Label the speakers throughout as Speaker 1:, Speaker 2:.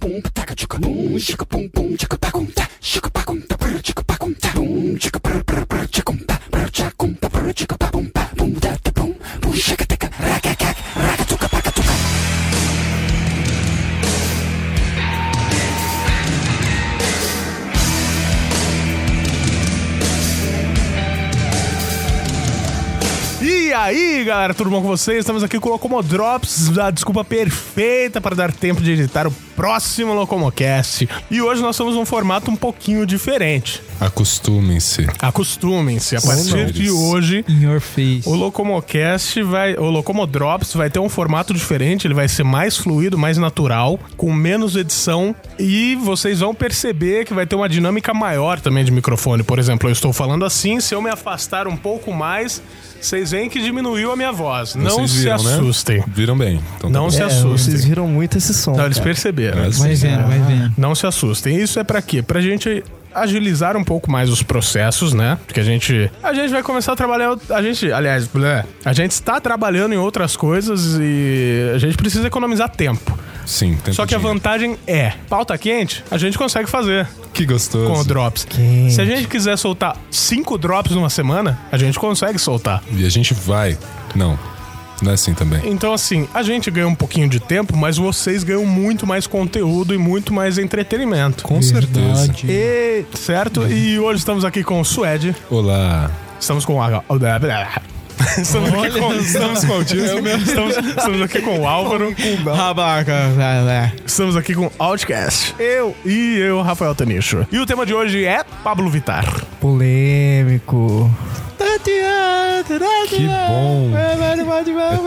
Speaker 1: pum, taca tchuca pum, tchuca pum pum, tchuca pacum, tá, tchuca pacum, tá, pra tchuca pacum, tá, pum, tchuca pra pra pra tchacum, tá, pra tchacum, tá, pra tchuca pacum, pá, pum, tá, tá, pum, pum, tchaca, taca, raca, caca, raca, tchuca, paca, tchuca.
Speaker 2: E aí, galera, tudo bom com vocês? Estamos aqui com o Locomodrops, a desculpa perfeita para dar tempo de editar o próximo Locomocast. E hoje nós estamos num formato um pouquinho diferente.
Speaker 3: Acostumem-se.
Speaker 2: Acostumem-se, a partir de
Speaker 3: Senhores.
Speaker 2: hoje,
Speaker 4: In your face.
Speaker 2: o Locomocast vai, o Locomodrops vai ter um formato diferente, ele vai ser mais fluido, mais natural, com menos edição e vocês vão perceber que vai ter uma dinâmica maior também de microfone. Por exemplo, eu estou falando assim, se eu me afastar um pouco mais, vocês veem que diminuiu a minha voz. Não
Speaker 3: Vocês
Speaker 2: se
Speaker 3: viram, né?
Speaker 2: assustem.
Speaker 3: Viram bem. Então,
Speaker 2: Não
Speaker 3: tá
Speaker 2: se
Speaker 4: É,
Speaker 2: assustem.
Speaker 4: Vocês viram muito esse som.
Speaker 5: Tá,
Speaker 4: Ah,
Speaker 2: Não, eles
Speaker 4: cara.
Speaker 2: perceberam.
Speaker 3: Mas- é.
Speaker 4: Vai vendo, vai vendo.
Speaker 2: Não se assustem. Isso é pra quê? Pra gente agilizar um pouco mais os processos, né? Porque a gente a gente vai começar a trabalhar a gente, aliás, né? a gente está trabalhando em outras coisas e a gente precisa economizar tempo.
Speaker 3: bom. Sim, tem
Speaker 2: Só que a vantagem é, pauta quente, a gente consegue fazer
Speaker 3: Que gostoso.
Speaker 2: com o drops.
Speaker 4: Quente.
Speaker 2: Se a gente quiser soltar cinco drops numa semana, a gente consegue soltar.
Speaker 3: E a gente vai. Não. Não é assim também.
Speaker 2: Então, assim, a gente ganha um pouquinho de tempo, mas vocês ganham muito mais conteúdo e muito mais entretenimento.
Speaker 3: Com certeza.
Speaker 4: Verdade.
Speaker 2: E, certo? E hoje estamos aqui com o Suede.
Speaker 3: Olá.
Speaker 2: Estamos com o Aga- Estamos aqui com, estamos com o Disney, estamos, estamos aqui com o Álvaro,
Speaker 4: Rabaca, vai, vai.
Speaker 2: estamos aqui com o Outcast, eu e eu, Rafael Tanicho. E o tema de hoje é Pablo Vittar.
Speaker 4: Polêmico.
Speaker 3: Que bom.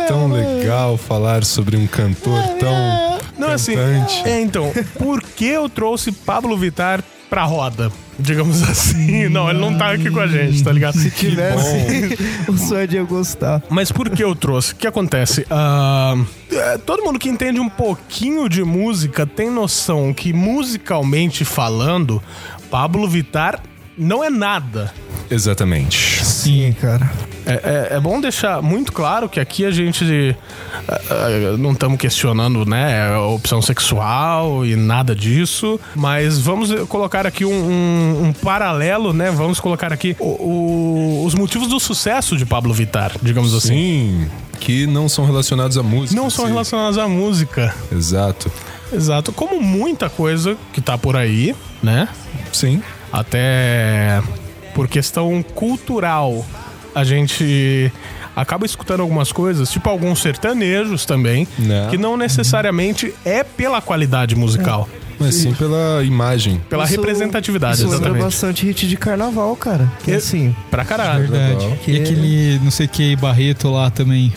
Speaker 3: É tão legal falar sobre um cantor tão.
Speaker 2: Não, assim,
Speaker 3: Cantante.
Speaker 2: é, então, por que eu trouxe Pablo Vittar pra roda? Digamos assim. Não, ele não tá aqui com a gente, tá ligado? Se
Speaker 3: tivesse-
Speaker 4: O sonho de eu gostar.
Speaker 2: Mas por que eu trouxe? O que acontece? Ah, é, todo mundo que entende um pouquinho de música tem noção que, musicalmente falando, Pablo Vittar não é nada.
Speaker 3: Exatamente.
Speaker 4: Sim, cara.
Speaker 2: É, é- é bom deixar muito claro que aqui a gente ah, ah, não estamos questionando né, a opção sexual e nada disso, mas vamos colocar aqui um, um- um paralelo, né? Vamos colocar aqui o- o- os motivos do sucesso de Pablo Vittar, digamos assim.
Speaker 3: Sim. Que não são relacionados à música.
Speaker 2: Não são
Speaker 3: Sim.
Speaker 2: relacionados à música.
Speaker 3: Exato.
Speaker 2: Exato. Como muita coisa que tá por aí, né?
Speaker 3: Sim.
Speaker 2: Até por questão cultural, a gente acaba escutando algumas coisas, tipo alguns sertanejos também,
Speaker 3: Né.
Speaker 2: que não necessariamente é pela qualidade musical,
Speaker 3: Mas sim pela imagem.
Speaker 2: pela
Speaker 4: Isso-
Speaker 5: Ah,
Speaker 2: representatividade,
Speaker 4: Isso é um lembra
Speaker 2: exatamente.
Speaker 4: bastante hit de carnaval, cara. Que
Speaker 2: E-
Speaker 4: assim.
Speaker 2: Pra caralho.
Speaker 3: Legal.
Speaker 5: Verdade.
Speaker 4: Que-
Speaker 5: E É, aquele não sei que Barreto lá também.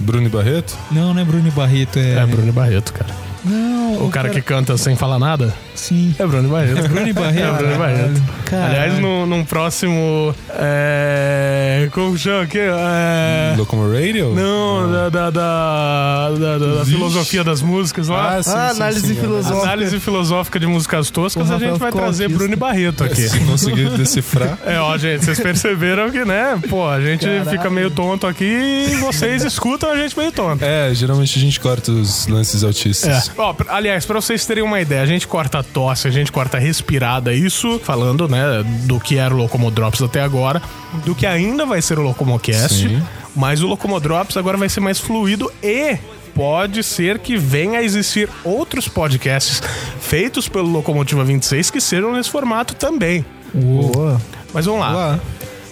Speaker 3: Bruno e Barreto?
Speaker 5: Não, não é Bruno Barreto, é.
Speaker 2: É Bruno Barreto, cara.
Speaker 5: Não,
Speaker 2: O cara que canta sem falar nada
Speaker 5: Sim.
Speaker 2: é Bruno Barreto.
Speaker 5: Bruno Barreto.
Speaker 2: É Bruno Barreto. Aliás, no, num próximo. É, como chama aqui? É,
Speaker 3: Locomo Radio?
Speaker 2: não, da, da, da, da- da- da
Speaker 3: Vixe.
Speaker 2: filosofia das músicas lá.
Speaker 3: Ah, sim,
Speaker 4: Ah,
Speaker 3: sim,
Speaker 4: análise
Speaker 3: sim,
Speaker 4: filosófica.
Speaker 2: Análise filosófica de músicas toscas,
Speaker 4: O
Speaker 2: a gente
Speaker 4: Rafael
Speaker 2: vai
Speaker 4: ficou
Speaker 2: trazer
Speaker 4: autista.
Speaker 2: Bruno e Barreto aqui.
Speaker 3: Se conseguir decifrar.
Speaker 2: É, ó, gente, vocês perceberam que, né? Pô, a gente
Speaker 4: Caralho.
Speaker 2: fica meio tonto aqui e vocês escutam a gente meio tonto.
Speaker 3: É, geralmente a gente corta os lances
Speaker 2: É.
Speaker 3: autistas.
Speaker 2: Ó, pra- aliás, pra vocês terem uma ideia, a gente corta a tosse, a gente corta a respirada, isso falando, né, do que era o Locomodrops até agora, do que ainda vai ser o Locomocast,
Speaker 3: Sim.
Speaker 2: mas o Locomodrops agora vai ser mais fluido e pode ser que venha a existir outros podcasts feitos pelo Locomotiva 26 que sejam nesse formato também.
Speaker 4: Boa.
Speaker 2: Mas vamos lá.
Speaker 3: Lá.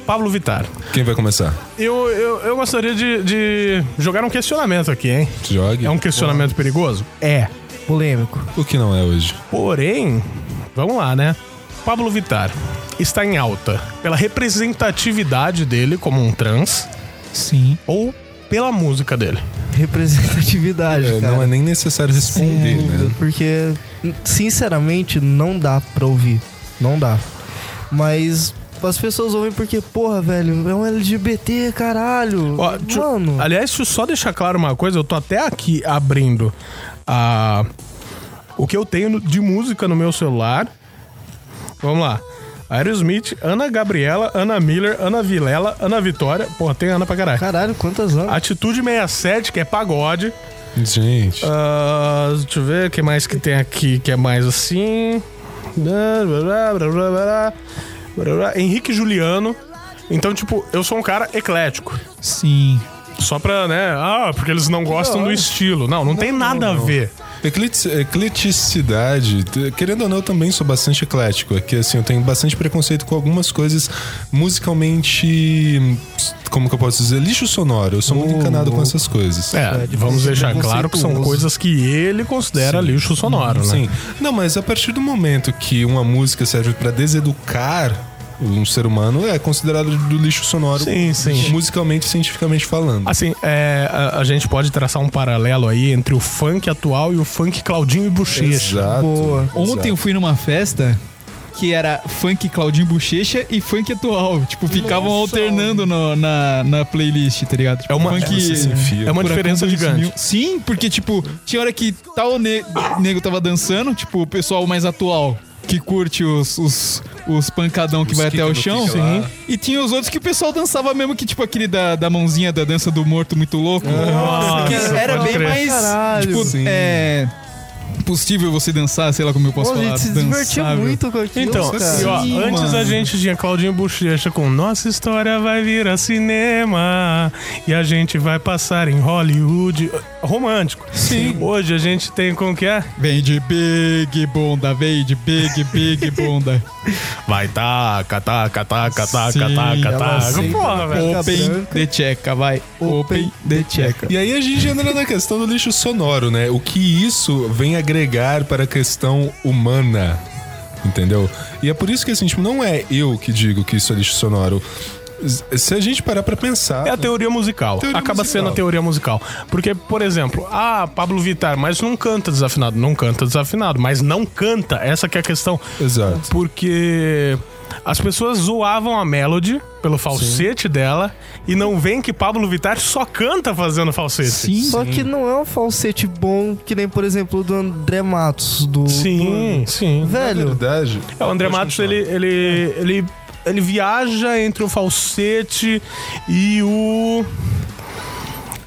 Speaker 2: Pablo Vittar,
Speaker 3: Quem vai começar?
Speaker 2: eu, eu, eu gostaria de, de jogar um questionamento aqui, hein?
Speaker 3: Jogue.
Speaker 2: É um questionamento perigoso? É.
Speaker 4: Polêmico.
Speaker 3: O que não é hoje?
Speaker 2: Porém, vamos lá, né? Pablo Vittar está em alta pela representatividade dele como um trans
Speaker 5: Sim.
Speaker 2: ou pela música dele.
Speaker 4: Representatividade,
Speaker 3: É,
Speaker 4: cara. É,
Speaker 3: não é nem necessário responder, né?
Speaker 4: Porque, sinceramente, não dá pra ouvir. Não dá. Mas as pessoas ouvem porque, porra, velho, é um LGBT, caralho.
Speaker 2: Ó, deixa-
Speaker 4: Mano,
Speaker 2: Aliás, deixa eu só deixar claro uma coisa, eu tô até aqui abrindo a o que eu tenho no- de música no meu celular. Vamos lá. Aerosmith, Ana Gabriela, Ana Miller, Ana Vilela, Ana Vitória. Porra, tem Ana pra caralho.
Speaker 4: caralho, quantas anos?
Speaker 2: Atitude 67, que é pagode.
Speaker 3: Gente.
Speaker 2: Ah, deixa eu ver o que mais que tem aqui que é mais assim. Blá, blá, blá, blá, blá, blá, blá. Henrique Juliano. Então, tipo, eu sou um cara eclético.
Speaker 5: Sim.
Speaker 2: Só pra, né? Ah, porque eles não gostam do estilo. Não, não, tem nada a ver.
Speaker 3: Ecleti- Ecleticidade, t- querendo ou não, eu também sou bastante eclético. É que assim, eu tenho bastante preconceito com algumas coisas musicalmente. Como que eu posso dizer? Lixo sonoro. Eu sou muito encanado com essas coisas.
Speaker 2: É, vamos deixar claro que são coisas que ele considera lixo sonoro, né?
Speaker 3: Sim. Não, mas a partir do momento que uma música serve pra deseducar um ser humano, é considerado do lixo sonoro.
Speaker 2: Sim, sim.
Speaker 3: Musicalmente, cientificamente falando.
Speaker 2: Assim, é, a, a gente pode traçar um paralelo aí entre o funk atual e o funk Claudinho e Bochecha.
Speaker 3: Exato.
Speaker 4: Boa.
Speaker 5: Ontem eu fui numa festa que era funk Claudinho Bochecha e funk atual. Tipo, ficavam alternando no- na, na playlist, tá ligado? Tipo,
Speaker 2: É uma-
Speaker 5: funk,
Speaker 3: Você se enfia.
Speaker 2: É uma
Speaker 5: Furacão
Speaker 2: diferença
Speaker 5: 2000.
Speaker 2: gigante.
Speaker 5: Sim, porque, tipo, tinha hora que tal ne- nego tava dançando, tipo, o pessoal mais atual. Que curte os, os, os pancadão que
Speaker 3: Os
Speaker 5: vai até
Speaker 3: quica
Speaker 5: o
Speaker 3: no
Speaker 5: chão.
Speaker 3: quica lá.
Speaker 5: E tinha os outros que o pessoal dançava mesmo, que tipo aquele da, da mãozinha da dança do morto muito louco.
Speaker 2: Nossa,
Speaker 5: que era
Speaker 2: pode
Speaker 5: bem
Speaker 2: crer.
Speaker 5: mais.
Speaker 4: Caralho.
Speaker 5: tipo,
Speaker 3: Sim.
Speaker 5: é. Possível você dançar, sei lá como eu posso
Speaker 4: Pô, a
Speaker 5: falar.
Speaker 4: gente se divertiu
Speaker 5: dançável.
Speaker 4: muito com aquilo,
Speaker 2: Então,
Speaker 4: cara.
Speaker 2: e, ó,
Speaker 5: Sim,
Speaker 2: antes
Speaker 5: mano.
Speaker 2: a gente tinha Claudinho Bochecha com Nossa História vai virar cinema e a gente vai passar em Hollywood. Romântico. Sim. Hoje a gente tem como que é?
Speaker 5: Vem de Big Bunda, vem de Big, Big Bunda.
Speaker 2: Vai taca, taca, taca, taca,
Speaker 5: Sim,
Speaker 2: taca,
Speaker 5: ela
Speaker 2: taca.
Speaker 4: aceita.
Speaker 2: Porra, velho.
Speaker 5: Open
Speaker 4: branca.
Speaker 5: de tcheca, vai. Open de tcheca.
Speaker 3: E aí a gente entra na questão do lixo sonoro, né? O que isso vem agregar para a questão humana, entendeu? E é por isso que assim, tipo, não é eu que digo que isso é lixo sonoro. Se a gente parar pra pensar,
Speaker 2: É a teoria musical.
Speaker 3: Teoria
Speaker 2: Acaba
Speaker 3: musical.
Speaker 2: sendo a teoria musical. Porque, por exemplo, ah, Pablo Vittar, mas não canta desafinado. Não canta desafinado, mas não canta. Essa que é a questão.
Speaker 3: Exato.
Speaker 2: Porque as pessoas zoavam a Melody pelo falsete dela e não veem que Pablo Vittar só canta fazendo falsete.
Speaker 5: Sim.
Speaker 4: Só que não é um falsete bom que nem, por exemplo, o do André Matos. Do,
Speaker 2: Sim, sim.
Speaker 4: do- Velho,
Speaker 3: verdade.
Speaker 2: É, o André
Speaker 3: Pode
Speaker 2: Matos, ele,
Speaker 3: continuar.
Speaker 2: ele, ele, ele viaja entre o falsete e o.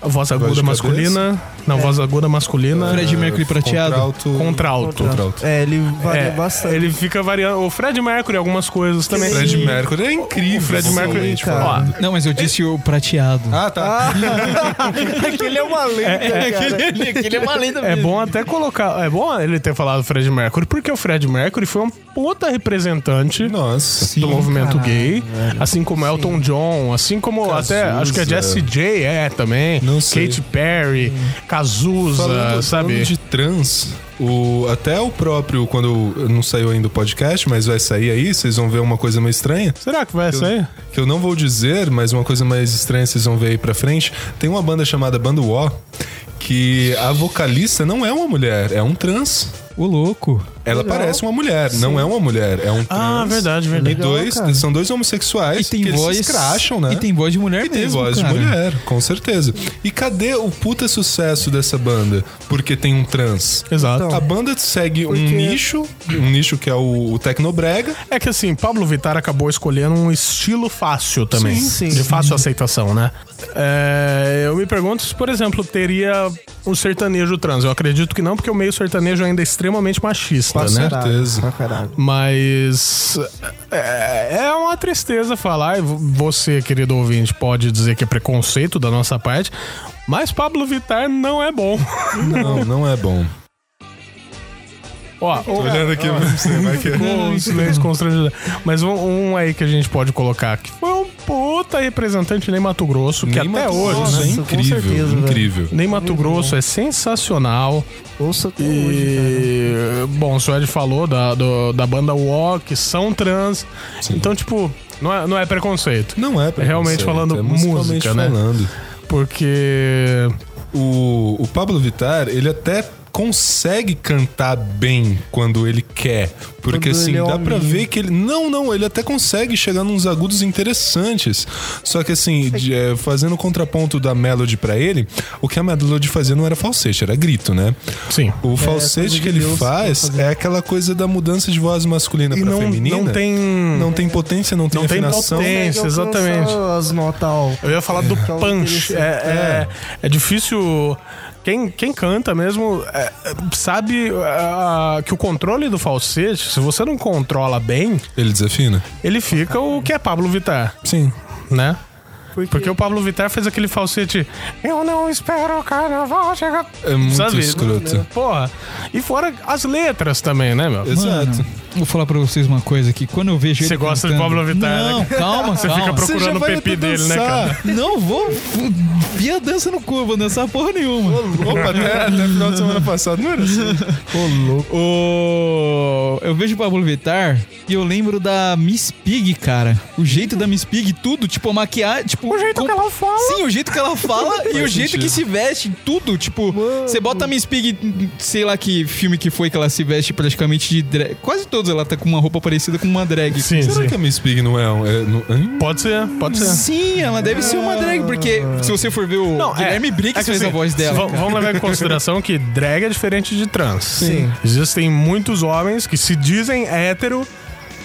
Speaker 2: A voz aguda
Speaker 3: de cabeça?
Speaker 2: masculina. Não, voz aguda masculina.
Speaker 3: Ah,
Speaker 5: Fred Mercury
Speaker 2: É
Speaker 5: prateado.
Speaker 3: Contralto.
Speaker 2: Contralto.
Speaker 3: Contralto.
Speaker 4: é, ele varia
Speaker 2: É,
Speaker 4: bastante.
Speaker 2: ele fica variando. O Fred Mercury, algumas coisas também.
Speaker 3: Fred Mercury é incrível.
Speaker 2: O Fred Mercury, é
Speaker 3: vocalmente
Speaker 4: cara.
Speaker 3: falando.
Speaker 5: Não, mas eu disse o prateado.
Speaker 3: Ah, tá.
Speaker 4: Aquele é uma lenda, cara.
Speaker 5: Ele é uma lenda
Speaker 2: É bom até colocar. É bom ele ter falado Fred Mercury, porque o Fred Mercury foi um puta representante
Speaker 3: Nossa.
Speaker 2: do movimento gay. Assim como Elton John, assim como
Speaker 3: Cazuza.
Speaker 2: até. Acho que a Jessie J é também.
Speaker 3: Não sei.
Speaker 2: Katy Perry,
Speaker 5: Hum.
Speaker 2: Cazuza,
Speaker 3: Falando,
Speaker 2: sabe?
Speaker 3: falando de trans, o, até o próprio, quando não saiu ainda o podcast, mas vai sair aí, vocês vão ver uma coisa meio estranha.
Speaker 2: Será que vai sair?
Speaker 3: Que eu não vou dizer, mas uma coisa mais estranha vocês vão ver aí pra frente. Tem uma banda chamada Banda Uó, que a vocalista não é uma mulher, é um trans.
Speaker 5: O louco.
Speaker 3: Ela
Speaker 4: Legal.
Speaker 3: parece uma mulher, não é uma mulher, é um trans.
Speaker 2: Ah, verdade,
Speaker 3: E
Speaker 2: verdade.
Speaker 3: dois,
Speaker 4: cara.
Speaker 3: são dois homossexuais
Speaker 5: E tem
Speaker 3: que
Speaker 5: voz.
Speaker 3: eles se escracham, né?
Speaker 5: E tem voz de mulher
Speaker 3: E tem
Speaker 5: É mesmo,
Speaker 3: voz
Speaker 5: cara.
Speaker 3: de mulher, com certeza. E cadê o puta sucesso dessa banda? Porque tem um trans.
Speaker 2: Exato.
Speaker 5: então,
Speaker 3: A banda segue um nicho, um nicho que é o, o Tecnobrega.
Speaker 2: É que assim, Pablo Vittar acabou escolhendo um estilo fácil também.
Speaker 4: Sim, sim.
Speaker 2: de fácil aceitação, né? É, eu me pergunto se, por exemplo, teria um sertanejo trans. Eu acredito que não, porque o meio sertanejo ainda é extremamente machista,
Speaker 3: Com
Speaker 2: né?
Speaker 3: certeza.
Speaker 4: Tá, Pra caralho.
Speaker 2: Mas é, é uma tristeza falar, e vo- você, querido ouvinte, pode dizer que é preconceito da nossa parte, mas Pablo Vittar não é bom.
Speaker 3: Não, não é bom.
Speaker 2: Ó, é, o-
Speaker 3: Olhando aqui pra você, vai que...
Speaker 2: Ficou um silêncio constrangedor. Mas um, um aí que a gente pode colocar que foi um puta representante nem Mato Grosso, que
Speaker 3: Nem
Speaker 2: até
Speaker 3: Mato
Speaker 2: hoje,
Speaker 3: Grosso,
Speaker 2: né?
Speaker 3: é
Speaker 4: Nossa, com
Speaker 3: incrível,
Speaker 4: certeza, velho.
Speaker 3: incrível.
Speaker 2: Nem Mato Grosso é sensacional.
Speaker 4: Ouça até hoje,
Speaker 2: E. Bom, o Suede falou da, do- da banda Walk, são trans. Então, tipo, não é, não é preconceito.
Speaker 3: Não é preconceito,
Speaker 2: Realmente falando
Speaker 3: é musicalmente
Speaker 2: música, né?
Speaker 3: falando.
Speaker 2: Porque.
Speaker 3: o, o Pablo Vittar, ele até consegue cantar bem quando ele quer. Porque
Speaker 4: Quando
Speaker 3: assim,
Speaker 4: ele é
Speaker 3: dá pra
Speaker 4: hominho.
Speaker 3: ver que ele. Não, não, ele até consegue chegar nos agudos interessantes. Só que assim, de- é, fazendo o contraponto da Melody pra ele, o que a Melody fazia não era falsete, era grito, né?
Speaker 2: Sim.
Speaker 3: O
Speaker 4: coisa
Speaker 3: falsete que
Speaker 4: de
Speaker 3: ele
Speaker 4: Deus,
Speaker 3: faz é aquela coisa da mudança de voz masculina
Speaker 2: E
Speaker 3: pra
Speaker 2: não,
Speaker 3: feminina.
Speaker 2: não tem.
Speaker 3: Não tem potência, não tem
Speaker 2: Não tem
Speaker 3: afinação.
Speaker 2: potência.
Speaker 4: né?
Speaker 2: Isso,
Speaker 4: Consegue
Speaker 2: exatamente.
Speaker 4: alcançar As notas altas.
Speaker 3: É.
Speaker 2: Eu ia falar do punch. É, é, é difícil Quem, quem canta mesmo é, é, sabe ah, que o controle do falsete, se você não controla bem,
Speaker 3: Ele desafina?
Speaker 2: ele fica o que é Pablo Vittar,
Speaker 3: Sim.
Speaker 2: né?
Speaker 4: Por quê?
Speaker 2: Porque o Pablo Vittar fez aquele falsete. Eu não espero o carnaval chegar.
Speaker 3: É muito escroto.
Speaker 2: Porra. E fora as letras também, né, meu?
Speaker 3: Exato.
Speaker 5: Vou falar pra vocês uma coisa aqui. Quando eu vejo
Speaker 2: Você
Speaker 5: ele
Speaker 2: gosta de
Speaker 5: cantando-
Speaker 2: Pablo Vittar, né?
Speaker 5: Não, calma,
Speaker 2: Você
Speaker 5: calma.
Speaker 2: fica procurando o PP
Speaker 3: até
Speaker 2: dele, né, cara?
Speaker 3: dançar.
Speaker 5: Não vou. Via dança no cu, vou dançar porra nenhuma.
Speaker 3: Opa, até, até final de semana passada, não era assim?
Speaker 5: O... Eu vejo o Pablo Vittar e eu lembro da Miss Pig, cara. O jeito da Miss Pig, tudo, tipo, a maquiagem. Tipo, o jeito que ela fala. Sim, o jeito que ela fala e o jeito
Speaker 3: sentido.
Speaker 5: que se veste, tudo. Tipo, você bota a Miss Pig, sei lá que filme que foi que ela se veste praticamente de drag. Quase todos ela tá com uma roupa parecida com uma drag.
Speaker 2: Sim,
Speaker 3: Será
Speaker 2: sim.
Speaker 3: que a Miss Pig não é um. É, não- hein?
Speaker 2: Pode ser, pode ser.
Speaker 5: Sim, ela deve ser uma drag, porque se você for ver o Guilherme
Speaker 2: é,
Speaker 5: Briggs
Speaker 2: que
Speaker 5: fez a
Speaker 2: assim,
Speaker 5: voz dela.
Speaker 2: va-
Speaker 5: cara.
Speaker 2: Vamos levar em consideração que drag é diferente de trans.
Speaker 4: Sim.
Speaker 2: Existem muitos homens que se dizem hétero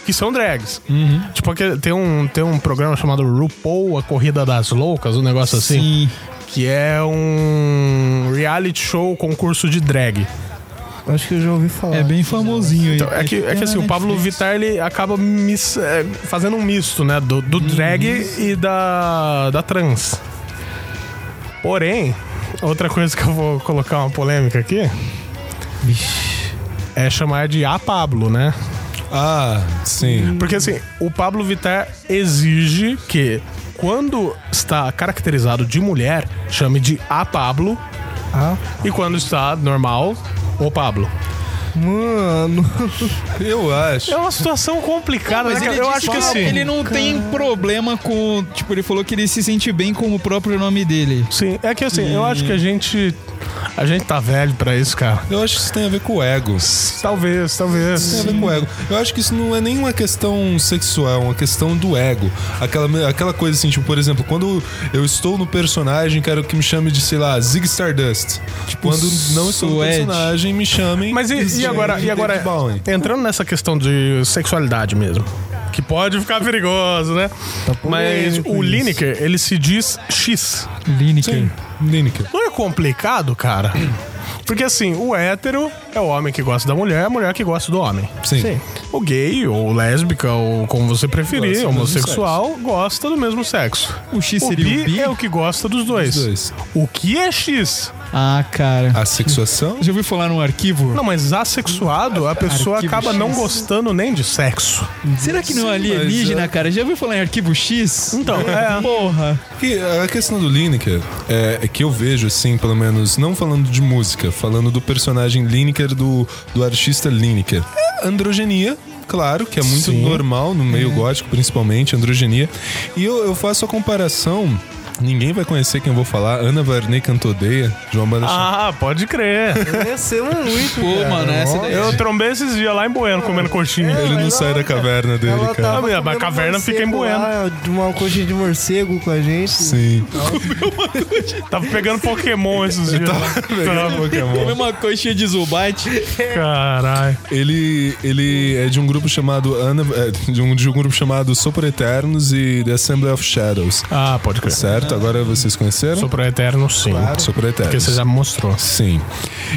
Speaker 2: que são drags.
Speaker 5: Uhum.
Speaker 2: Tipo, aquele- tem um, tem um programa chamado RuPaul, a Corrida das Loucas, um negócio assim.
Speaker 5: Sim.
Speaker 2: Que é um reality show concurso de drag.
Speaker 4: Acho que eu já ouvi falar.
Speaker 5: É bem famosinho aí.
Speaker 2: Então, é que, é que assim, o Pablo Vittar ele acaba mis- é, fazendo um misto, né? Do, do drag e da, da trans. Porém, outra coisa que eu vou colocar uma polêmica aqui é chamar de a Pablo, né?
Speaker 3: Ah, sim.
Speaker 2: Porque assim, o Pablo Vittar exige que quando está caracterizado de mulher, chame de a Pablo.
Speaker 4: Ah,
Speaker 2: E quando está normal, o Pablo.
Speaker 4: mano.
Speaker 3: Eu acho.
Speaker 2: É uma situação complicada,
Speaker 5: Mas
Speaker 2: né, cara?
Speaker 5: ele eu
Speaker 2: Eu
Speaker 5: disse
Speaker 2: acho que
Speaker 5: que
Speaker 2: assim.
Speaker 5: ele não tem problema com. Tipo, ele falou que ele se sente bem com o próprio nome dele.
Speaker 2: Sim, é que assim, eu acho que a gente. A gente tá velho pra isso, cara.
Speaker 3: Eu acho que isso tem a ver com o ego. Isso
Speaker 2: Talvez,
Speaker 3: tem a
Speaker 2: talvez.
Speaker 3: ver com o ego. Eu acho que isso não é nem uma questão sexual, é uma questão do ego. Aquela, aquela coisa assim, tipo, por exemplo, quando eu estou no personagem, quero que me chame de, sei lá, Zig Stardust. quando não estou no
Speaker 5: Suede.
Speaker 3: personagem, me chamem.
Speaker 2: Mas e, e
Speaker 3: de
Speaker 2: agora, e
Speaker 3: David
Speaker 2: agora é?
Speaker 3: Bowie.
Speaker 2: entrando nessa questão de sexualidade mesmo, que pode ficar perigoso, né?
Speaker 3: Tá
Speaker 2: Mas
Speaker 4: polêmico
Speaker 2: o
Speaker 4: isso.
Speaker 2: Lineker, ele se diz X.
Speaker 5: Lineker.
Speaker 3: Lineker.
Speaker 2: Não é complicado, cara? Porque assim, o hétero é o homem que gosta da mulher, a mulher que gosta do homem.
Speaker 3: Sim.
Speaker 4: Sim.
Speaker 2: O gay, ou lésbica, ou como você preferir,
Speaker 3: Gosta do mesmo
Speaker 2: homossexual, gosta do mesmo sexo.
Speaker 5: O X
Speaker 2: O
Speaker 5: seria o
Speaker 2: bi
Speaker 5: bi?
Speaker 2: é o que gosta dos dois.
Speaker 3: Os dois.
Speaker 2: O que é X?
Speaker 5: Ah, cara.
Speaker 3: A sexuação?
Speaker 5: Já ouviu falar num arquivo?
Speaker 2: Não, mas assexuado, a pessoa
Speaker 5: Arquivo
Speaker 2: acaba não
Speaker 5: X.
Speaker 2: gostando nem de sexo.
Speaker 5: Será que não
Speaker 3: Sim,
Speaker 5: é alienígena,
Speaker 3: mas,
Speaker 5: cara? Já ouviu falar em arquivo X?
Speaker 2: Então, é.
Speaker 5: Porra.
Speaker 3: Que a questão do Lineker é, é que eu vejo, assim, pelo menos, não falando de música, falando do personagem Lineker, do, do artista Lineker. É androgenia, claro, que é muito normal no meio gótico, principalmente, androgenia. E eu, eu faço a comparação. Ninguém vai conhecer quem eu vou falar. Ana Varney Cantodeia, de uma banda chamada-
Speaker 2: Ah, pode crer.
Speaker 4: Conhecemos muito,
Speaker 5: Pô,
Speaker 4: cara.
Speaker 5: mano, essa
Speaker 4: Ó,
Speaker 5: daí.
Speaker 2: Eu trombei esses dias lá em Bueno comendo coxinha.
Speaker 3: Ele não sai da caverna dele,
Speaker 4: Ela tá
Speaker 3: cara.
Speaker 4: tava
Speaker 2: Ah, mas a
Speaker 4: comendo
Speaker 2: caverna fica em
Speaker 4: morcego
Speaker 2: Bueno.
Speaker 4: lá, de Uma coxinha de morcego com a gente.
Speaker 3: Sim.
Speaker 2: Tava pegando Pokémon esses dias.
Speaker 3: Pegando
Speaker 2: é
Speaker 3: Pokémon.
Speaker 5: Uma coxinha de Zubat.
Speaker 2: Caralho.
Speaker 3: Ele, ele é de um grupo chamado Ana, é, de, um, de um grupo chamado Sopro Eternos e The Assembly of Shadows.
Speaker 2: Ah, pode crer.
Speaker 3: Certo? Agora vocês conheceram?
Speaker 2: Sou pro Eterno, sim.
Speaker 3: Sopro
Speaker 2: Porque você
Speaker 3: Eternos.
Speaker 2: já me mostrou.
Speaker 3: Sim.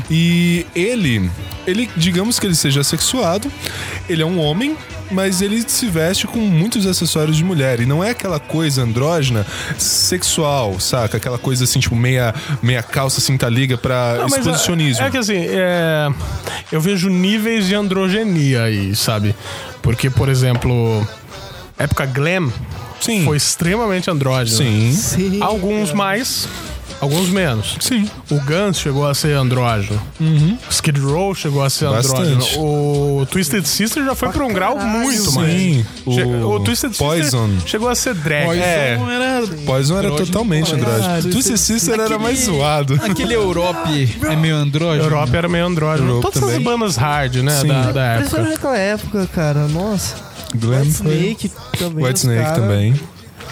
Speaker 3: E ele, ele, digamos que ele seja sexuado, ele é um homem, mas ele se veste com muitos acessórios de mulher. E não é aquela coisa andrógena sexual, saca? Aquela coisa assim, tipo, meia, meia calça, cinta liga pra
Speaker 2: Não, mas
Speaker 3: exposicionismo.
Speaker 2: É, é que assim, é, eu vejo níveis de androgenia aí, sabe? Porque, por exemplo, época glam
Speaker 3: Sim.
Speaker 2: foi extremamente andrógena.
Speaker 3: Hum. Sim.
Speaker 4: Sim.
Speaker 3: Ah,
Speaker 2: Alguns mais, alguns menos.
Speaker 3: Sim.
Speaker 2: O Guns chegou a ser andrógeno. Skid Row chegou a ser
Speaker 3: Uhum. Bastante.
Speaker 2: andrógeno. O Twisted Sister já foi pra um grau muito
Speaker 3: Sim.
Speaker 2: mais. Che-
Speaker 3: O
Speaker 2: O, Twisted
Speaker 3: Poison.
Speaker 2: Sister chegou a ser drag.
Speaker 3: É.
Speaker 5: Não era
Speaker 3: Poison era totalmente andrógeno.
Speaker 5: Caralho,
Speaker 3: Twisted Sister era mais zoado.
Speaker 5: aquele Europe. É meio andrógeno.
Speaker 2: Europa era meio andrógeno.
Speaker 3: Europe
Speaker 2: Todas as
Speaker 3: também.
Speaker 2: bandas hard, né?
Speaker 3: Sim.
Speaker 2: Da, da época.
Speaker 4: Principalmente naquela época, cara. Nossa.
Speaker 3: Glam
Speaker 4: White
Speaker 3: foi-
Speaker 4: Snake também.
Speaker 3: White
Speaker 4: os
Speaker 3: Snake
Speaker 4: cara-
Speaker 3: também.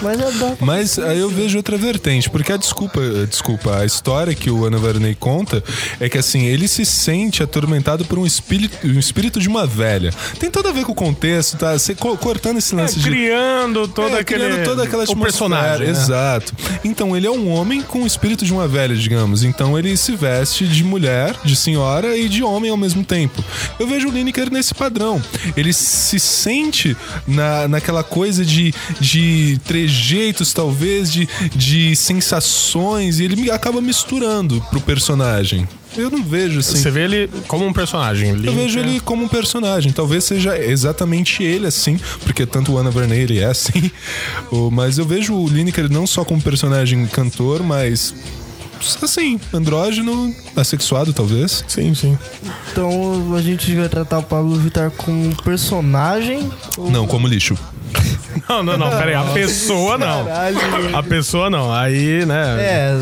Speaker 4: Mas é dá.
Speaker 3: Mas aí eu vejo outra vertente, porque a desculpa, eh, desculpa, a história que o Ana Varney conta é que assim, ele se sente atormentado por um espírito, um espírito de uma velha. Tem tudo a ver com o contexto, tá? Você co- cortando esse lance de
Speaker 2: criando todo
Speaker 3: é,
Speaker 2: aquele.
Speaker 3: criando toda aquela
Speaker 2: o
Speaker 3: atmosfera.
Speaker 2: personagem. né?
Speaker 3: Exato. Então ele é um homem com o espírito de uma velha, digamos. Então ele se veste de mulher, de senhora e de homem ao mesmo tempo. Eu vejo o Lineker nesse padrão. Ele se sente na, naquela coisa de, de trejeitos, talvez, de, de sensações, e ele me- acaba misturando pro personagem. Eu não vejo assim.
Speaker 2: Você vê ele como um personagem.
Speaker 3: Eu vejo ele como um personagem. Talvez seja exatamente ele assim, porque tanto o Ana Verney ele é assim. O- Mas eu vejo o Lineker não só como personagem cantor, mas assim, andrógeno, assexuado talvez.
Speaker 2: Sim, sim.
Speaker 4: Então a gente vai tratar o Pablo Vittar como um personagem.
Speaker 3: Não, como lixo.
Speaker 2: Não, não, não. Peraí. A pessoa não.
Speaker 4: Caralho.
Speaker 2: A pessoa não. Aí, né?
Speaker 4: É,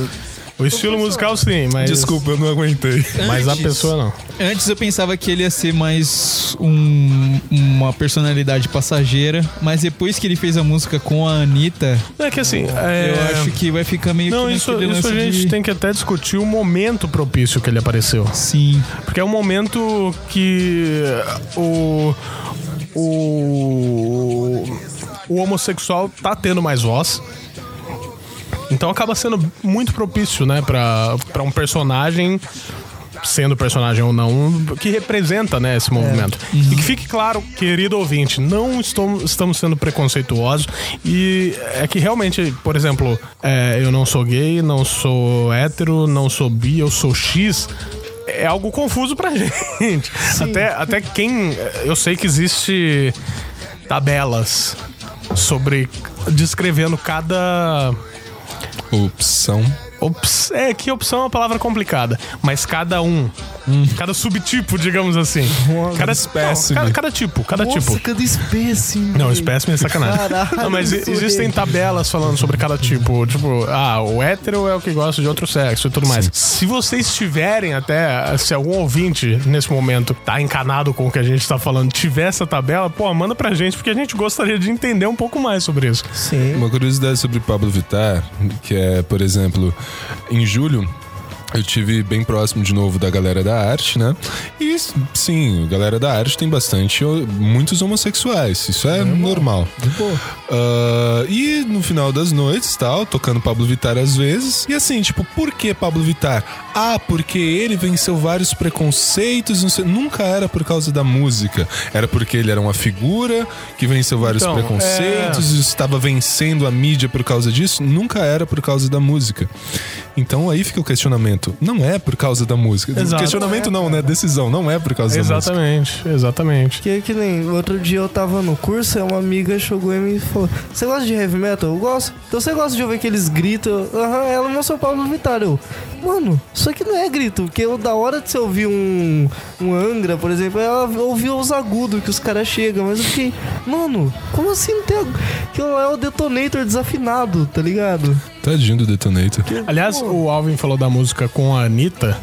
Speaker 2: O estilo musical sim, mas.
Speaker 3: Desculpa, eu não aguentei.
Speaker 2: Mas a
Speaker 5: Antes.
Speaker 2: pessoa não.
Speaker 5: Antes eu pensava que ele ia ser mais um- uma personalidade passageira, mas depois que ele fez a música com a Anitta,
Speaker 2: É que assim. é,
Speaker 5: eu acho que vai ficar meio
Speaker 2: Não,
Speaker 5: que
Speaker 2: isso,
Speaker 5: naquele
Speaker 2: isso a
Speaker 5: lance
Speaker 2: gente
Speaker 5: de-
Speaker 2: tem que até discutir o momento propício que ele apareceu.
Speaker 5: Sim.
Speaker 2: Porque é um momento que o. O. O homossexual tá tendo mais voz. Então acaba sendo muito propício, né, pra, pra um personagem, sendo personagem ou não, que representa, né, esse movimento. E que fique claro, querido ouvinte, não estou- estamos sendo preconceituosos e é que realmente, por exemplo, é, eu não sou gay, não sou hétero, não sou bi, eu sou X. É algo confuso pra gente. Até, até quem. Eu sei que existe tabelas sobre. descrevendo cada.
Speaker 3: Opção.
Speaker 2: Ops- é que opção é uma palavra complicada, mas cada um,
Speaker 4: Hum.
Speaker 2: cada subtipo, digamos assim, cada espécie,
Speaker 3: espécime.
Speaker 2: cada, cada tipo, cada tipo.
Speaker 4: Música do espécime.
Speaker 2: Não, espécime é sacanagem.
Speaker 4: Caralho,
Speaker 2: não, mas e-
Speaker 4: isso
Speaker 2: existem
Speaker 4: aí.
Speaker 2: tabelas falando sobre cada tipo. Tipo, ah, o hétero é o que gosta de outro sexo e tudo mais. Se vocês tiverem até, se algum ouvinte nesse momento tá encanado com o que a gente tá falando, tiver essa tabela, pô, manda pra gente, porque a gente gostaria de entender um pouco mais sobre isso.
Speaker 4: Sim.
Speaker 3: Uma curiosidade sobre Pablo Vittar, que é, por exemplo, em julho. Eu tive bem próximo de novo da galera da arte, né? E sim, a galera da arte tem bastante, muitos homossexuais, isso é normal. Ah, e no final das noites, tal, tocando Pablo Vittar às vezes. E assim, tipo, por que Pablo Vittar? Ah, porque ele venceu vários preconceitos, não sei, nunca era por causa da música, era porque ele era uma figura que venceu vários
Speaker 2: Então,
Speaker 3: preconceitos estava vencendo a mídia por causa disso, nunca era por causa da música. Então aí fica o questionamento. Não é por causa da música.
Speaker 2: Exato.
Speaker 3: Questionamento não, né? Decisão. Não é por causa da música.
Speaker 2: Exatamente, exatamente.
Speaker 4: Que, que nem outro dia eu tava no curso e uma amiga chegou em mim e falou: Você gosta de heavy metal? Eu gosto. Então você gosta de ouvir aqueles gritos? Eu, Aham, ela mostrou o Pablo Vittar. Eu, mano, isso aqui não é grito, porque eu, da hora de você ouvir um, um Angra, por exemplo, ela ouviu os agudos que os caras chegam, mas eu fiquei, mano, como assim não tem agu- Aquilo lá é o detonator desafinado, tá ligado?
Speaker 3: Tadinho do Detonator.
Speaker 2: Aliás, o Alvin falou da música com a Anitta.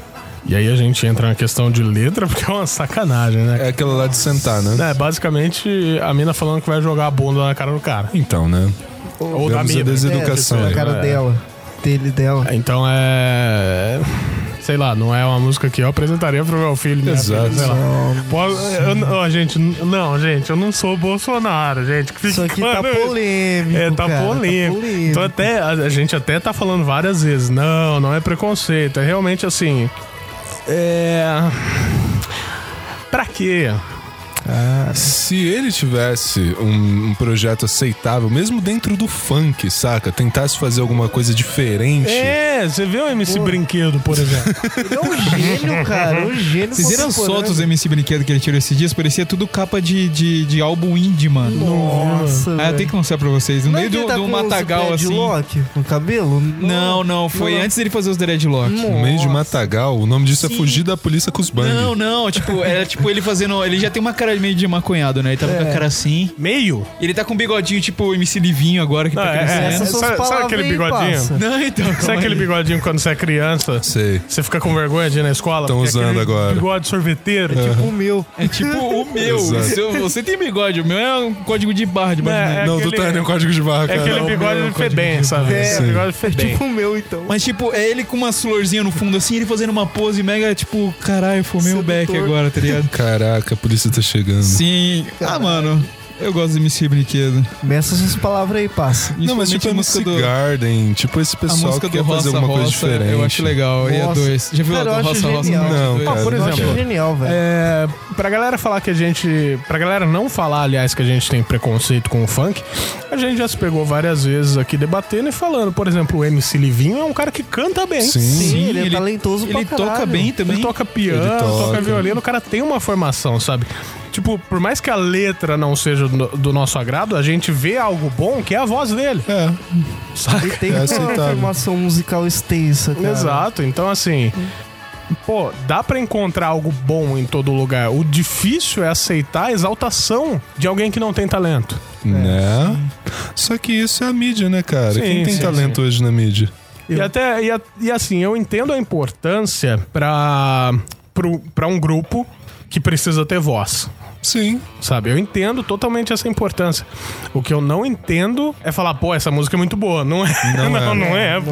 Speaker 2: E aí a gente entra na questão de letra, porque é uma sacanagem, né?
Speaker 3: É aquela lá de sentar, né?
Speaker 2: É, basicamente, a mina falando que vai jogar a bunda na cara do cara.
Speaker 3: Então, né?
Speaker 2: Ou da
Speaker 3: Vemos a
Speaker 2: mina.
Speaker 3: deseducação
Speaker 4: É,
Speaker 3: aí.
Speaker 4: a cara
Speaker 2: é.
Speaker 4: dela, dele dela.
Speaker 2: Então é. Sei lá, não é uma música que eu apresentaria pro meu filho. né?
Speaker 3: Exato.
Speaker 2: Sei lá. Pô, eu- ó, gente, n- não, gente, eu não sou o Bolsonaro, gente. Que fica
Speaker 4: Isso aqui tá polêmico.
Speaker 2: É, tá
Speaker 4: cara,
Speaker 2: polêmico.
Speaker 4: Tá polêmico.
Speaker 2: Então até, a, a gente até tá falando várias vezes, não, não é preconceito, é realmente assim. É. Pra quê? É.
Speaker 3: Se ele tivesse um, um projeto aceitável, mesmo dentro do funk, saca? Tentasse fazer alguma coisa diferente.
Speaker 2: É, você vê o MC Brinquedo, por exemplo.
Speaker 4: É um gênio, cara. É um gênio.
Speaker 5: Vocês viram as
Speaker 2: né?
Speaker 4: contemporâneo.
Speaker 5: fotos do MC Brinquedo que ele tirou esses dias? Parecia tudo capa de, de, de álbum indie, mano.
Speaker 4: Nossa.
Speaker 5: Ah, eu
Speaker 4: velho.
Speaker 5: tenho que mostrar pra vocês. No
Speaker 4: Não é
Speaker 5: meio
Speaker 4: que
Speaker 5: do,
Speaker 4: ele tá
Speaker 5: do
Speaker 4: com
Speaker 5: matagal,
Speaker 4: os
Speaker 5: assim.
Speaker 4: dreadlock no cabelo?
Speaker 5: Não, não, foi
Speaker 4: Não.
Speaker 5: antes dele fazer os dreadlock.
Speaker 3: No meio de um matagal, o nome disso é
Speaker 5: Sim.
Speaker 3: fugir da polícia com os bangs.
Speaker 5: Não, não, tipo, era tipo ele é, fazendo. Ele já tem uma cara meio de maconhado, né? Ele
Speaker 2: É.
Speaker 5: tava com a cara assim.
Speaker 2: Meio?
Speaker 5: E ele tá com um bigodinho tipo MC Livinho agora que
Speaker 2: Não,
Speaker 5: tá
Speaker 2: é, é,
Speaker 5: crescendo.
Speaker 4: Essas são as
Speaker 2: Sabe- sabe
Speaker 4: palavras
Speaker 2: aquele
Speaker 4: aí,
Speaker 2: bigodinho?
Speaker 4: parça.
Speaker 5: Não, então.
Speaker 2: Sabe aquele bigodinho quando você é criança?
Speaker 3: Sei.
Speaker 2: Você fica com vergonha de ir na escola?
Speaker 3: Tão
Speaker 2: Porque é
Speaker 3: usando
Speaker 2: aquele
Speaker 3: agora.
Speaker 2: Bigode sorveteiro.
Speaker 4: Tipo o meu.
Speaker 5: É tipo o meu.
Speaker 3: Exato.
Speaker 5: O seu- você tem bigode, o meu é um código de barra de Batman.
Speaker 2: É,
Speaker 3: não,
Speaker 2: aquele-
Speaker 3: do Tânia, o um código de barra,
Speaker 2: É
Speaker 3: cara.
Speaker 2: aquele
Speaker 3: Não,
Speaker 2: bigode
Speaker 3: meu,
Speaker 2: de
Speaker 3: código
Speaker 2: Febem, sabe?
Speaker 4: É,
Speaker 2: Esse bigode de Febem.
Speaker 4: Tipo o meu, então.
Speaker 5: Mas, tipo, é ele com uma florzinha no fundo, assim, ele fazendo uma pose mega, tipo, caralho, fumei o beck
Speaker 4: Sedutor.
Speaker 5: agora, tá ligado?
Speaker 3: Caraca, a polícia tá chegando.
Speaker 5: Sim. Ah, mano, eu gosto de MC Brinquedo.
Speaker 4: Começa essas palavras aí, passa.
Speaker 3: Não, mas tipo
Speaker 5: Principalmente
Speaker 3: a música Garden, tipo esse
Speaker 5: a
Speaker 3: pessoal
Speaker 5: música
Speaker 3: que
Speaker 5: do
Speaker 3: quer fazer
Speaker 5: Roça
Speaker 3: alguma coisa
Speaker 5: Roça,
Speaker 3: diferente.
Speaker 5: eu acho legal. E a
Speaker 4: Nossa.
Speaker 5: dois. Já viu a
Speaker 4: Cara,
Speaker 5: do
Speaker 4: eu acho
Speaker 5: Roça Roça?
Speaker 4: genial.
Speaker 3: Não,
Speaker 5: dois.
Speaker 3: cara.
Speaker 2: por
Speaker 4: Eu acho
Speaker 2: exemplo,
Speaker 4: genial, velho.
Speaker 2: É, pra galera falar que a gente. Pra galera não falar, aliás, que a gente tem preconceito com o funk, a gente já se pegou várias vezes aqui debatendo e falando. Por exemplo, o MC Livinho é um cara que canta bem.
Speaker 3: Sim.
Speaker 4: Sim, ele,
Speaker 5: ele-
Speaker 4: é talentoso pra
Speaker 5: Ele
Speaker 4: caralho.
Speaker 5: toca bem também.
Speaker 2: Ele toca piano,
Speaker 3: Ele toca.
Speaker 2: toca. violino, o cara tem uma formação, sabe? Tipo, por mais que a letra não seja do, do nosso agrado, a gente vê algo bom que é a voz dele.
Speaker 3: É,
Speaker 4: Ele tem
Speaker 3: É
Speaker 4: uma
Speaker 3: aceitável.
Speaker 4: formação musical extensa, cara.
Speaker 2: Exato, então assim. Pô, dá pra encontrar algo bom em todo lugar. O difícil é aceitar a exaltação de alguém que não tem talento.
Speaker 3: né? Só que isso é a mídia, né, cara?
Speaker 2: Sim,
Speaker 3: Quem tem
Speaker 2: sim,
Speaker 3: talento hoje na mídia?
Speaker 2: E até e, a- e assim, eu entendo a importância pra pro- pra um grupo que precisa ter voz.
Speaker 3: Sim.
Speaker 2: Sabe, eu entendo totalmente essa importância. O que eu não entendo é falar, pô, essa música é muito boa. Não é, não,
Speaker 3: Não é.
Speaker 2: não, é, pô.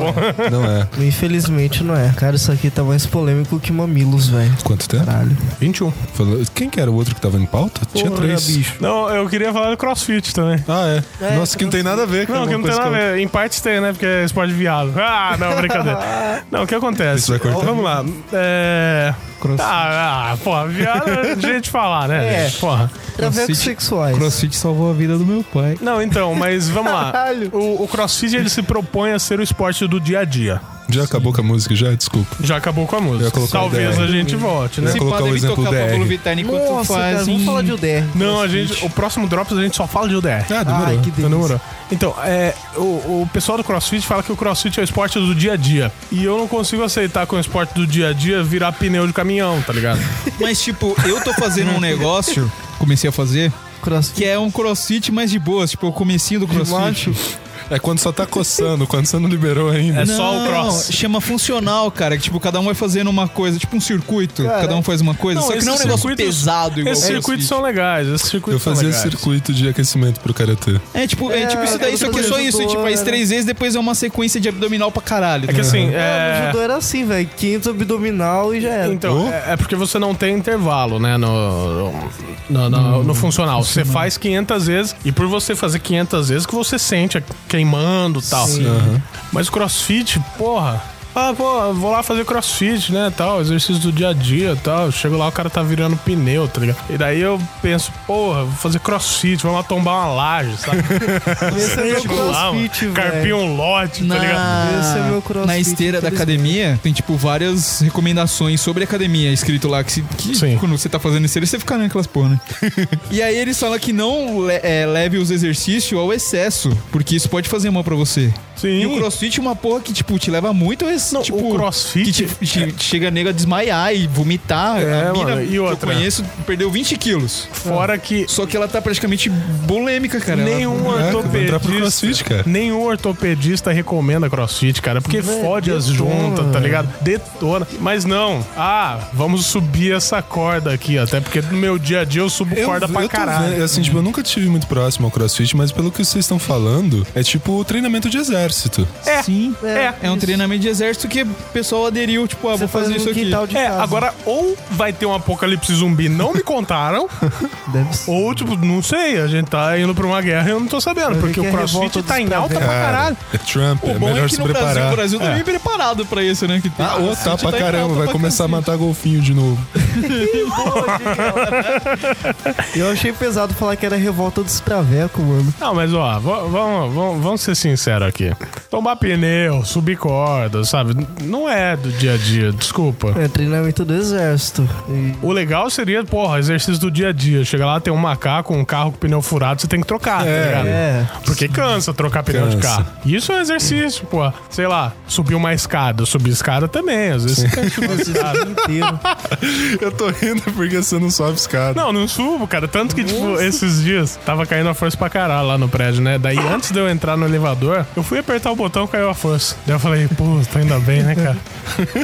Speaker 3: Não é.
Speaker 4: Infelizmente não é. Cara, isso aqui tá mais polêmico que Mamilos, velho.
Speaker 3: Quanto tempo?
Speaker 4: Caralho.
Speaker 2: 21.
Speaker 3: Falou- Quem que era o outro que tava em pauta? Tinha
Speaker 4: Porra,
Speaker 3: três.
Speaker 4: bicho.
Speaker 2: Não, eu queria falar do crossfit também.
Speaker 3: Ah, é.
Speaker 4: É,
Speaker 3: Nossa, que não tem nada a ver.
Speaker 2: Não,
Speaker 3: uma
Speaker 2: que não tem
Speaker 3: coisa
Speaker 2: nada a
Speaker 3: com a outra.
Speaker 2: ver. Em partes tem, né? Porque é esporte viado. Ah, não, brincadeira. não, o que acontece?
Speaker 3: Isso vai cortar?
Speaker 2: Vamos lá. É.
Speaker 5: Tá.
Speaker 2: Ah, ah, porra, viado é de gente falar, né?
Speaker 4: É.
Speaker 2: Porra.
Speaker 4: Travecos sexuais.
Speaker 5: Crossfit salvou a vida do meu pai.
Speaker 2: Não, então, mas vamos lá.
Speaker 4: Caralho.
Speaker 2: O, o crossfit ele se propõe a ser o esporte do dia a dia.
Speaker 3: Já acabou com a música, já? Desculpa.
Speaker 2: Já acabou com a
Speaker 3: Eu ia
Speaker 2: música.
Speaker 3: colocar o
Speaker 2: Talvez
Speaker 3: ideia.
Speaker 2: a gente volte,
Speaker 5: é
Speaker 2: né?
Speaker 3: Sim. colocar o exemplo
Speaker 5: tocar
Speaker 3: DR.
Speaker 5: Pablo Vittar enquanto
Speaker 4: Nossa,
Speaker 5: faz.
Speaker 4: cara,
Speaker 5: um-
Speaker 4: vamos falar de UDR.
Speaker 2: Não, a gente. O próximo Drops a gente só fala de UDR.
Speaker 3: Ah, demorou.
Speaker 4: Ai, que
Speaker 2: Então,
Speaker 4: delícia.
Speaker 2: demorou. Então, é, o, o pessoal do CrossFit fala que o CrossFit é o esporte do dia a dia. E eu não consigo aceitar com o esporte do dia a dia virar pneu de caminhão, tá ligado?
Speaker 5: Mas, tipo, eu tô fazendo um negócio, comecei a fazer,
Speaker 4: Crossfit.
Speaker 5: que é um crossfit mais de boas, tipo, o comecinho do crossfit.
Speaker 3: É quando só tá coçando, quando você não liberou ainda.
Speaker 2: É só o cross.
Speaker 5: chama funcional, cara, que tipo, cada um vai fazendo uma coisa, tipo um circuito,
Speaker 4: Cara,
Speaker 5: cada um faz uma coisa,
Speaker 2: não,
Speaker 5: só que não é um
Speaker 2: esses
Speaker 5: negócio
Speaker 2: circuitos-
Speaker 5: pesado igual
Speaker 2: Esses
Speaker 5: o
Speaker 2: circuitos
Speaker 5: crossfit.
Speaker 2: são legais, esses
Speaker 3: Eu
Speaker 2: circuitos são
Speaker 3: fazia
Speaker 2: legais.
Speaker 3: circuito de aquecimento pro karatê.
Speaker 5: É tipo, é,
Speaker 4: É,
Speaker 5: tipo isso daí,
Speaker 4: eu
Speaker 5: só que é
Speaker 4: tô
Speaker 5: só
Speaker 4: fazendo
Speaker 5: isso, tipo,
Speaker 4: judô,
Speaker 5: faz
Speaker 4: né?
Speaker 5: três vezes, depois é uma sequência de abdominal pra caralho.
Speaker 2: É que
Speaker 5: tá
Speaker 2: assim,
Speaker 4: Ah, no
Speaker 2: é...
Speaker 4: judô era assim, velho. 500 abdominal e já era.
Speaker 2: Então,
Speaker 5: Uhum.
Speaker 3: Oh.
Speaker 2: é, é porque você não tem intervalo, né, no, no, no- no funcional. Você faz 500 vezes, e por você fazer 500 vezes que você sente queimando e tal. Uhum.
Speaker 5: Uhum.
Speaker 3: Aham.
Speaker 2: Mas crossfit, porra. Ah, pô, vou lá fazer crossfit, né, tal, exercício do dia a dia, tal. Chego lá, o cara tá virando pneu, tá ligado? E daí eu penso, porra, vou fazer crossfit, vamos lá tombar uma laje, sabe?
Speaker 4: Esse é
Speaker 2: Chego
Speaker 4: meu
Speaker 2: tipo lá, mano,
Speaker 4: crossfit,
Speaker 2: carpinho
Speaker 4: velho.
Speaker 2: um lote, tá ligado?
Speaker 5: Na,
Speaker 4: Esse é meu crossfit,
Speaker 5: na esteira da
Speaker 4: infelizmente.
Speaker 5: academia, tem tipo várias recomendações sobre academia é escrito lá. Que, se- que
Speaker 2: Sim.
Speaker 5: quando você tá fazendo esteira, você fica naquelas porra, né? e aí eles falam que não le- é, leve os exercícios ao excesso, porque isso pode fazer mal pra você.
Speaker 2: Sim.
Speaker 5: E o crossfit é uma porra que, tipo, te leva muito a esse,
Speaker 2: Não,
Speaker 5: tipo,
Speaker 2: o crossfit-
Speaker 5: Que te, te- te chega nego a desmaiar e vomitar.
Speaker 2: É,
Speaker 5: a mina
Speaker 2: mano, e
Speaker 5: que eu
Speaker 2: outra?
Speaker 5: conheço perdeu 20 quilos.
Speaker 2: Fora que
Speaker 5: Só que ela tá praticamente bulêmica, cara. Ela-
Speaker 2: nenhum
Speaker 3: Caraca, É, vou entrar pro
Speaker 2: ortopedista...
Speaker 3: crossfit, cara.
Speaker 2: Nenhum ortopedista recomenda crossfit, cara, porque
Speaker 4: Velho,
Speaker 2: fode as
Speaker 4: detona.
Speaker 2: juntas, tá ligado? Detona. Mas não, ah, vamos subir essa corda aqui, até porque no meu dia a dia eu subo corda pra
Speaker 3: eu tô
Speaker 2: caralho.
Speaker 3: vendo, assim, tipo, eu nunca tive muito próximo ao crossfit, mas pelo que vocês estão falando, é tipo o treinamento de exército.
Speaker 2: É.
Speaker 5: Sim.
Speaker 2: É.
Speaker 5: É um treinamento de exército que o pessoal aderiu, tipo, ah,
Speaker 4: Você
Speaker 5: vou
Speaker 4: faz
Speaker 5: fazer
Speaker 4: no
Speaker 5: isso aqui.
Speaker 4: quintal de
Speaker 2: É,
Speaker 4: casa.
Speaker 2: agora ou vai ter um apocalipse zumbi, não me contaram,
Speaker 4: Deve ser.
Speaker 2: ou tipo, não sei, a gente tá indo pra uma guerra e eu não tô sabendo,
Speaker 4: Vai ver
Speaker 2: porque
Speaker 4: que
Speaker 2: o
Speaker 4: é
Speaker 2: crossfit
Speaker 4: revolta
Speaker 2: tá
Speaker 4: dos
Speaker 2: em alta pra caralho.
Speaker 3: É Trump,
Speaker 5: O
Speaker 3: é
Speaker 5: bom
Speaker 3: melhor
Speaker 5: é que
Speaker 3: se
Speaker 5: no Brasil, o
Speaker 3: preparar.
Speaker 5: Brasil tá bem preparado pra isso, né? Que tem
Speaker 3: Ah, ô,
Speaker 5: cacete,
Speaker 3: tá pra
Speaker 5: em
Speaker 3: caramba,
Speaker 5: alta
Speaker 3: vai
Speaker 5: pra
Speaker 3: começar a
Speaker 5: cacete.
Speaker 3: matar golfinho de novo.
Speaker 4: Eu achei pesado falar que era revolta dos travecos, mano.
Speaker 2: Não, mas ó, v- vamos, vamos, vamos ser sinceros aqui. Tomar pneu, subir corda, sabe? Não é do dia a dia, desculpa.
Speaker 4: É treinamento do exército. E-
Speaker 2: O legal seria, porra, exercício do dia a dia. Chega lá, tem um macaco, um carro com pneu furado, você tem que trocar, tá ligado?
Speaker 4: É.
Speaker 2: Porque cansa trocar pneu de
Speaker 3: Cansa.
Speaker 2: carro. Isso é um exercício, porra. Sei
Speaker 4: Tá,
Speaker 2: lá, subir uma escada. Subir escada também, às vezes.
Speaker 4: né? Nossa, o dia inteiro.
Speaker 3: Eu tô rindo porque você não sobe escada.
Speaker 2: Não, não subo, cara. Tanto que, tipo, esses dias tava caindo a força pra caralho lá no prédio, né? Daí, antes de eu entrar no elevador, eu fui apertar o botão, caiu a força. Daí eu falei, pô, tá ainda bem, né, cara?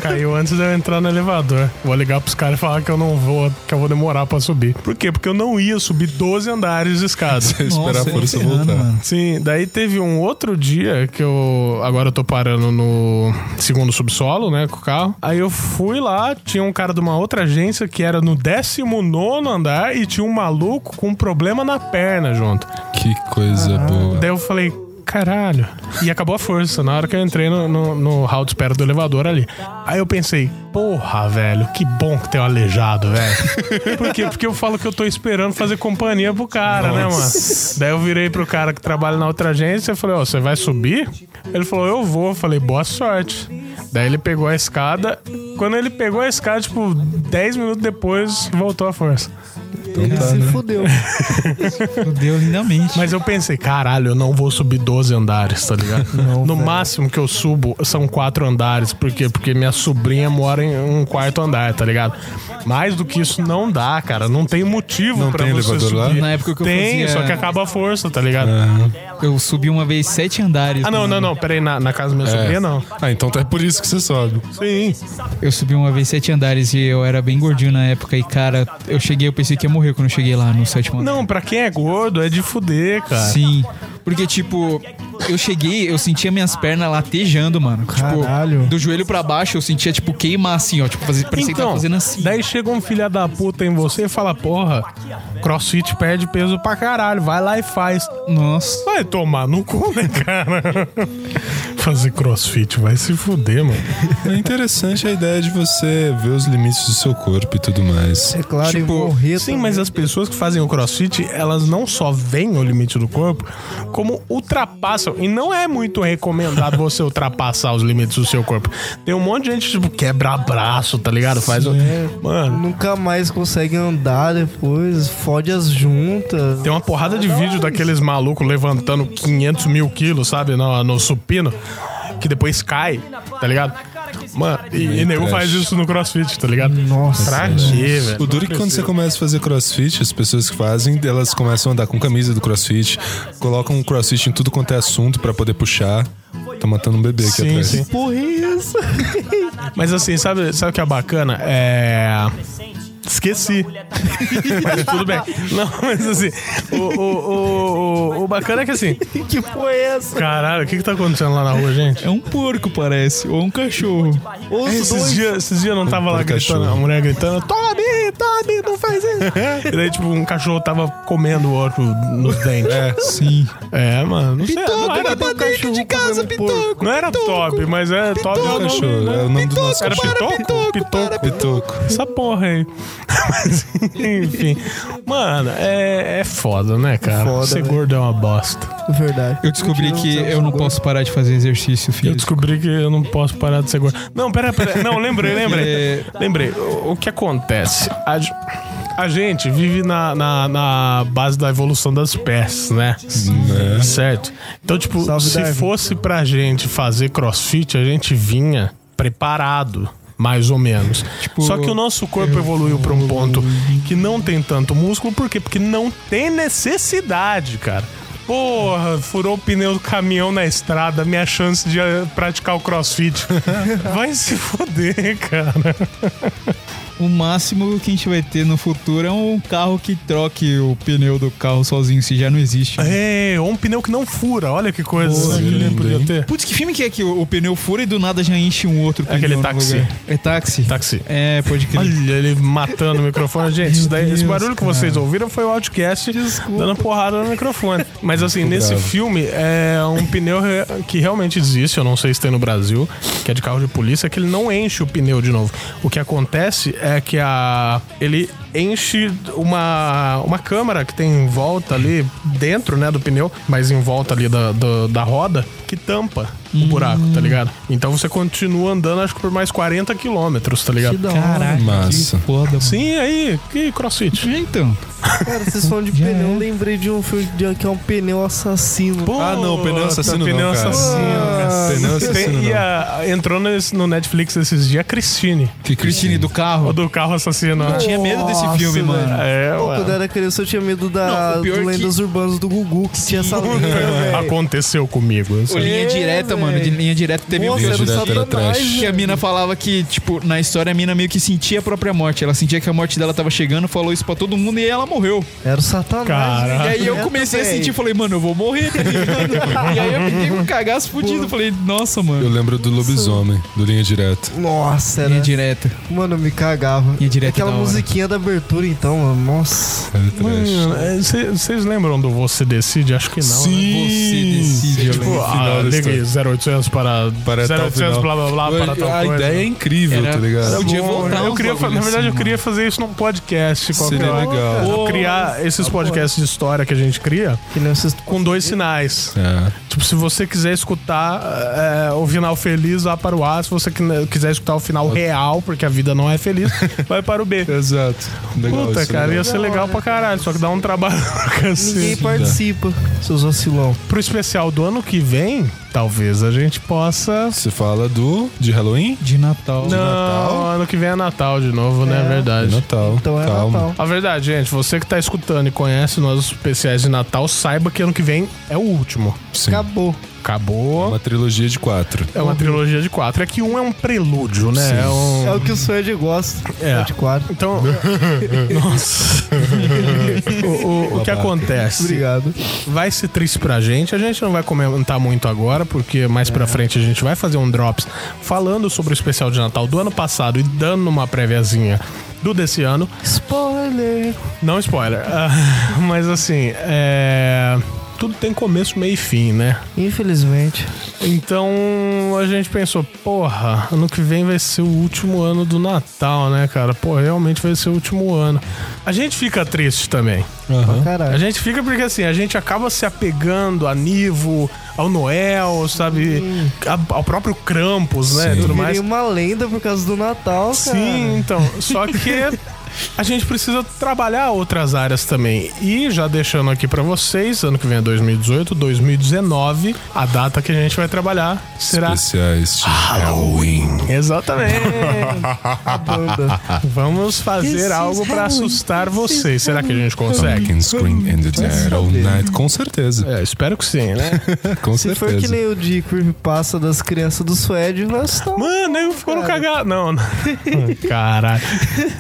Speaker 2: caiu antes de eu entrar no elevador. Vou ligar pros caras e falar que eu não vou, que eu vou demorar pra subir. Por quê? Porque eu não ia subir 12 andares de escada.
Speaker 3: Eu esperar a
Speaker 5: Nossa,
Speaker 3: força
Speaker 5: ferrando,
Speaker 3: voltar.
Speaker 5: mano.
Speaker 2: Sim, daí teve um outro dia que eu. Agora eu tô parando no segundo subsolo, né, com o carro. Aí eu fui lá, tinha um cara de uma outra agência que era no 19 andar e tinha um maluco com um problema na perna junto.
Speaker 3: Que coisa boa.
Speaker 2: Daí eu falei. Caralho. E acabou a força na hora que eu entrei no, no, no hall de espera do elevador ali. Aí eu pensei, porra, velho, que bom que tem um aleijado, velho. Por quê? Porque eu falo que eu tô esperando fazer companhia pro cara, né, mano? Daí eu virei pro cara que trabalha na outra agência e falei, ó, você vai subir? Ele falou, eu vou. Eu falei, boa sorte. Daí ele pegou a escada. Quando ele pegou a escada, tipo, 10 minutos depois, voltou a força.
Speaker 4: Ele se fudeu.
Speaker 5: Fudeu lindamente.
Speaker 2: Mas eu pensei, caralho, eu não vou subir 12 andares, tá ligado? no máximo que eu subo são quatro andares. Por quê? Porque minha sobrinha mora em um quarto andar, tá ligado? Mais do que isso não dá, cara. Não tem motivo
Speaker 3: Não
Speaker 2: pra
Speaker 3: tem
Speaker 2: você
Speaker 3: elevador lá? É.
Speaker 2: subir.
Speaker 5: Na época que eu
Speaker 2: tem,
Speaker 5: fazia-
Speaker 2: só que acaba a força, tá ligado?
Speaker 5: Eu subi uma vez sete andares.
Speaker 2: Ah, não,
Speaker 5: mano.
Speaker 2: não, não. Peraí, na, na casa da minha
Speaker 3: É.
Speaker 2: sobrinha, não.
Speaker 3: Ah, então é por isso que você sobe.
Speaker 2: Sim.
Speaker 5: Eu subi uma vez sete andares e eu era bem gordinho na época. E, cara, eu cheguei, eu pensei que ia morrer quando eu cheguei lá no sétimo andar.
Speaker 2: Não, pra quem é gordo, é de fuder, cara.
Speaker 5: Sim. Porque, tipo, eu cheguei, eu sentia minhas pernas latejando, mano.
Speaker 4: Caralho.
Speaker 5: Tipo, do joelho pra baixo, eu sentia, tipo, queimar assim, ó. Tipo, fazer, parecia que tava
Speaker 2: Então,
Speaker 5: fazendo assim.
Speaker 2: daí chega um filho da puta em você e fala, porra, crossfit perde peso pra caralho, vai lá e faz.
Speaker 5: Nossa.
Speaker 2: Vai tomar no cu, né, cara? Fazer crossfit, vai se fuder, mano.
Speaker 3: É interessante a ideia de você ver os limites do seu corpo e tudo mais.
Speaker 4: É claro, e
Speaker 5: Tipo,
Speaker 4: morrer tá?
Speaker 2: Sim,
Speaker 4: também.
Speaker 2: mas as pessoas que fazem o crossfit, elas não só veem o limite do corpo, como ultrapassam. E não é muito recomendado você ultrapassar os limites do seu corpo. Tem um monte de gente, tipo, quebra braço, tá ligado? Faz. o- Mano.
Speaker 4: Nunca mais consegue andar depois, fode as juntas.
Speaker 2: Tem uma porrada de vídeo daqueles malucos levantando 500 mil quilos, sabe? No, no supino, que depois cai, tá ligado? Mano, e, e nego
Speaker 3: trash.
Speaker 2: faz isso no crossfit, tá ligado?
Speaker 4: Nossa,
Speaker 2: pra quê, velho?
Speaker 3: O duro é que quando você começa a fazer crossfit, as pessoas que fazem, elas começam a andar com camisa do crossfit, colocam crossfit em tudo quanto é assunto pra poder puxar. Tá matando um bebê aqui
Speaker 2: Sim,
Speaker 3: atrás.
Speaker 2: sim.
Speaker 4: Porra, é isso?
Speaker 2: Mas assim, sabe, sabe o que é bacana? É. Esqueci. mas tudo bem. Não, mas assim, o, o, o, o, o bacana é que assim.
Speaker 4: que foi essa?
Speaker 2: Caralho, o que, que tá acontecendo lá na rua, gente?
Speaker 5: É um porco, parece. Ou um cachorro.
Speaker 4: Ou os
Speaker 2: É, Esses
Speaker 4: dois.
Speaker 2: dias, esses dias eu não tava lá
Speaker 3: Por
Speaker 2: gritando,
Speaker 3: cachorro.
Speaker 2: a mulher gritando, Tommy, Tommy, não faz
Speaker 3: É?
Speaker 2: isso. E daí, tipo, um cachorro tava comendo o outro nos dentes. É,
Speaker 5: Sim.
Speaker 2: mano, não sei. Não era, um
Speaker 4: pra dentro de casa, Pitoco.
Speaker 2: não era top, mas é top. é o nome,
Speaker 3: Cachorro,
Speaker 2: né?
Speaker 3: é o nome do nosso
Speaker 2: Era
Speaker 3: cachorro.
Speaker 2: pitoco? Pitoco.
Speaker 3: Pitoco.
Speaker 2: Essa porra aí. Mas, enfim. Mano, é, é foda, né, cara?
Speaker 4: Foda,
Speaker 2: Ser
Speaker 4: velho.
Speaker 2: gordo é uma bosta.
Speaker 4: Verdade.
Speaker 5: Eu descobri que eu não posso parar de fazer exercício,
Speaker 2: Eu
Speaker 5: filho.
Speaker 2: descobri que eu não posso parar de ser gordo. Não, pera, pera. Não, lembrei, lembrei.
Speaker 5: É.
Speaker 2: Lembrei. O, o que acontece? A, ge- a gente vive na, na, na base da evolução das espécies, né?
Speaker 3: Né?
Speaker 2: Certo? Então, tipo,
Speaker 4: Salve,
Speaker 2: se
Speaker 4: Darwin.
Speaker 2: fosse pra gente fazer crossfit, a gente vinha preparado. Mais ou menos. Só que o nosso corpo evoluiu pra um ponto que não tem tanto músculo, por quê? Porque não tem necessidade, cara. Porra, furou o pneu do caminhão na estrada, minha chance de eh, praticar o crossfit. Vai se foder, cara.
Speaker 5: O máximo que a gente vai ter no futuro é um carro que troque o pneu do carro sozinho, se já não existe.
Speaker 2: É, ou um pneu que não fura, olha que coisa.
Speaker 3: Porra,
Speaker 2: que
Speaker 3: lindo,
Speaker 2: nem podia
Speaker 3: hein?
Speaker 2: ter.
Speaker 5: Putz, que filme que é que o, o pneu fura e do nada já enche um outro pneu?
Speaker 2: aquele
Speaker 5: no
Speaker 2: táxi.
Speaker 5: lugar? É táxi?
Speaker 2: Táxi.
Speaker 5: É, pode crer.
Speaker 2: Olha ele matando o microfone. Gente, isso daí, esse
Speaker 5: Deus,
Speaker 2: barulho que
Speaker 5: cara.
Speaker 2: vocês ouviram foi o Outcast dando porrada no microfone. Mas assim, nesse
Speaker 3: bravo.
Speaker 2: filme é um pneu re- que realmente existe, eu não sei se tem no Brasil, que é de carro de polícia, que ele não enche o pneu de novo. O que acontece é que a ele enche uma, uma câmara que tem em volta ali, dentro né, do pneu, mas em volta ali da, da, da roda, que tampa o buraco,
Speaker 5: Hum.
Speaker 2: tá ligado? Então você continua andando, acho que por mais 40 quilômetros, tá ligado?
Speaker 4: Que da hora.
Speaker 5: Caraca,
Speaker 3: Massa.
Speaker 5: que foda. mano.
Speaker 2: Sim, aí, que crossfit.
Speaker 5: Então,
Speaker 4: Cara, vocês falam de
Speaker 5: Já
Speaker 4: pneu,
Speaker 5: é.
Speaker 4: eu lembrei de um filme de- que é um pneu assassino.
Speaker 3: Ah, não, pneu assassino não,
Speaker 2: pneu
Speaker 3: cara.
Speaker 2: assassino, cara. Ah,
Speaker 3: Pneu
Speaker 2: Tem-
Speaker 3: assassino,
Speaker 2: e
Speaker 3: não.
Speaker 2: a- entrou nesse- no Netflix esses dias a Christine,
Speaker 5: Que Christine do
Speaker 2: o
Speaker 5: carro.
Speaker 2: do carro assassino. né?
Speaker 5: Eu tinha medo Um desse
Speaker 4: Nossa,
Speaker 5: filme,
Speaker 4: velho.
Speaker 5: mano.
Speaker 2: É,
Speaker 4: Pô,
Speaker 2: ué.
Speaker 4: quando eu era criança eu tinha medo da,
Speaker 5: Não, o pior é
Speaker 4: do
Speaker 5: que-
Speaker 4: Lendas Urbanas do Gugu, que tinha essa linha, velho.
Speaker 2: Aconteceu comigo. assim. eu sei.
Speaker 5: O linha direta,
Speaker 4: velho.
Speaker 5: mano. De linha direta teve um
Speaker 4: Nossa,
Speaker 5: vídeo
Speaker 4: era um
Speaker 3: direto era
Speaker 4: satanás,
Speaker 3: trash.
Speaker 2: né?
Speaker 5: que a
Speaker 4: velho.
Speaker 5: mina falava que, tipo, na história a mina meio que sentia a própria morte. Ela sentia que a morte dela tava chegando, falou isso pra todo mundo e ela morreu.
Speaker 4: Era o satanás.
Speaker 2: Cara.
Speaker 5: E aí eu comecei a sentir, falei, mano, eu vou morrer, tá ligado? E aí eu fiquei com um cagaço fudido. Falei, nossa,
Speaker 3: Eu
Speaker 5: mano.
Speaker 3: lembro do lobisomem, do linha direta.
Speaker 4: Nossa, era...
Speaker 5: Linha direta.
Speaker 4: Mano, eu me cagava.
Speaker 5: Linha direta
Speaker 4: Aquela
Speaker 5: da hora.
Speaker 4: musiquinha da abertura, então, mano. Nossa.
Speaker 3: Era trash.
Speaker 2: Mano, é, cê- vocês lembram do Você Decide? Acho que não. né?
Speaker 5: Você decide, eu
Speaker 2: Tipo,
Speaker 5: lembro.
Speaker 2: ah,
Speaker 3: final da
Speaker 2: ligue
Speaker 3: história.
Speaker 2: 0800 para,
Speaker 3: Para tal
Speaker 2: 0800
Speaker 3: final.
Speaker 2: blá blá blá para tal
Speaker 3: a
Speaker 2: coisa. um
Speaker 3: ideia é incrível,
Speaker 5: Era-
Speaker 3: tá
Speaker 5: era
Speaker 3: ligado?
Speaker 5: bom. Podia
Speaker 2: Bom,
Speaker 4: né?
Speaker 5: voltar
Speaker 2: eu
Speaker 5: uns
Speaker 2: queria, fa-
Speaker 5: bagulho
Speaker 2: na verdade,
Speaker 5: assim,
Speaker 2: eu queria fazer isso num podcast qualquer
Speaker 3: Seria
Speaker 2: hora.
Speaker 3: legal.
Speaker 2: Tipo, criar esses podcasts de história que a gente cria
Speaker 4: Que nem vocês...
Speaker 2: com dois sinais.
Speaker 3: É.
Speaker 2: Tipo, se você quiser escutar é, o final feliz, vá para o A. Se você qui- quiser escutar o final real, porque a vida não é feliz, vai para o B.
Speaker 3: Exato. Legal,
Speaker 2: Puta,
Speaker 3: isso é
Speaker 2: cara, ia
Speaker 3: legal.
Speaker 2: ser legal pra caralho, só que dá um trabalho pra
Speaker 4: Ninguém
Speaker 2: cacete.
Speaker 4: participa, seus vacilão.
Speaker 2: Pro especial do ano que vem, talvez a gente possa.
Speaker 3: Você fala do. de Halloween?
Speaker 5: De Natal.
Speaker 2: Não,
Speaker 3: Natal?
Speaker 2: ano que vem é Natal de novo, né?
Speaker 4: É.
Speaker 3: É
Speaker 2: Verdade.
Speaker 3: Natal.
Speaker 4: Então é
Speaker 3: Calma.
Speaker 4: Natal.
Speaker 2: A verdade, gente, você que tá escutando e conhece nossos especiais de Natal, saiba que ano que vem é o último.
Speaker 3: Sim.
Speaker 4: Acabou.
Speaker 2: Acabou.
Speaker 3: Uma trilogia de quatro.
Speaker 2: É uma trilogia de quatro. É que um é um prelúdio, né? É um-
Speaker 4: É o que o Suede gosta. Tá
Speaker 2: É.
Speaker 4: De quatro.
Speaker 2: Então. Nossa. o, o- o que acontece?
Speaker 4: Obrigado.
Speaker 2: Vai ser triste pra gente. A gente não vai comentar muito agora, porque mais pra frente a gente vai fazer um drops falando sobre o especial de Natal do ano passado e dando uma préviazinha do desse ano.
Speaker 4: Spoiler.
Speaker 2: Não spoiler. Ah, mas assim, é. Tudo tem começo, meio e fim, né?
Speaker 4: Infelizmente.
Speaker 2: Então a gente pensou, porra, ano que vem vai ser o último ano do Natal, né, cara? Pô, realmente vai ser o último ano. A gente fica triste também. A
Speaker 4: Caralho.
Speaker 2: gente fica porque assim, a gente acaba se apegando a Nivo, ao Noel, sabe? A- ao próprio Krampus, né?
Speaker 3: Sim.
Speaker 2: Tudo mais.
Speaker 4: Virei uma lenda por causa do Natal, cara.
Speaker 2: Sim, então. Só que a gente precisa trabalhar outras áreas também. E já deixando aqui pra vocês, ano que vem é 2018, 2019, a data que a gente vai trabalhar será
Speaker 3: Especiais de Halloween.
Speaker 2: Exatamente.
Speaker 4: Banda.
Speaker 2: Vamos fazer algo pra assustar vocês. Será que a gente consegue?
Speaker 3: Can scream in the dead all night. Com certeza.
Speaker 2: É, espero que sim, né?
Speaker 3: Com
Speaker 4: Se for que
Speaker 3: certeza.
Speaker 4: nem o de Creepypasta das crianças do Suede, nós estamos.
Speaker 2: Mano, nego ficou no cagaço. Não, não. Caralho.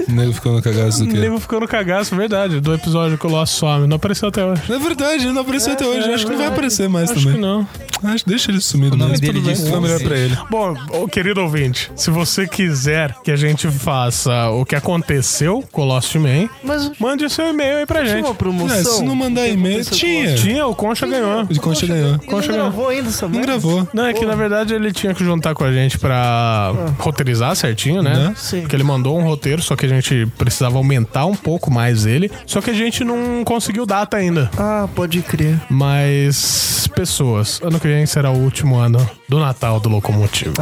Speaker 3: O nego ficou no cagaço do quê?
Speaker 2: Nego ficou no cagaço, verdade. Do episódio que o Lost some. Não apareceu até hoje.
Speaker 3: Na verdade, ele não apareceu até hoje. Acho que não vai aparecer mais
Speaker 2: É, Acho que
Speaker 3: também.
Speaker 2: não.
Speaker 3: Acho, deixa ele sumido
Speaker 5: nome
Speaker 3: mesmo.
Speaker 5: dele
Speaker 3: Tudo bem,
Speaker 5: diz
Speaker 3: Não é melhor pra ele.
Speaker 2: Bom, ô, querido ouvinte, se você quiser que a gente faça o que aconteceu com o Lost Man,
Speaker 4: Mas
Speaker 2: mande seu e-mail aí pra
Speaker 4: tinha uma
Speaker 2: gente.
Speaker 4: promoção.
Speaker 3: É, se não mandar e-mail, tinha.
Speaker 2: Tinha, o Concha ganhou.
Speaker 3: O de Concha ganhou.
Speaker 4: Ele não
Speaker 2: Concha ganhou.
Speaker 4: gravou ainda essa
Speaker 3: Não
Speaker 4: merda?
Speaker 3: gravou.
Speaker 2: Não, é que na verdade ele tinha que juntar com a gente pra roteirizar certinho, Ah. né?
Speaker 3: Né?
Speaker 4: Sim.
Speaker 2: Porque ele mandou um roteiro, só que a gente precisava aumentar um pouco mais ele. Só que a gente não conseguiu data ainda.
Speaker 4: Ah, pode crer.
Speaker 2: Mas, pessoas, ano que vem será o último ano do Natal do Locomotivo.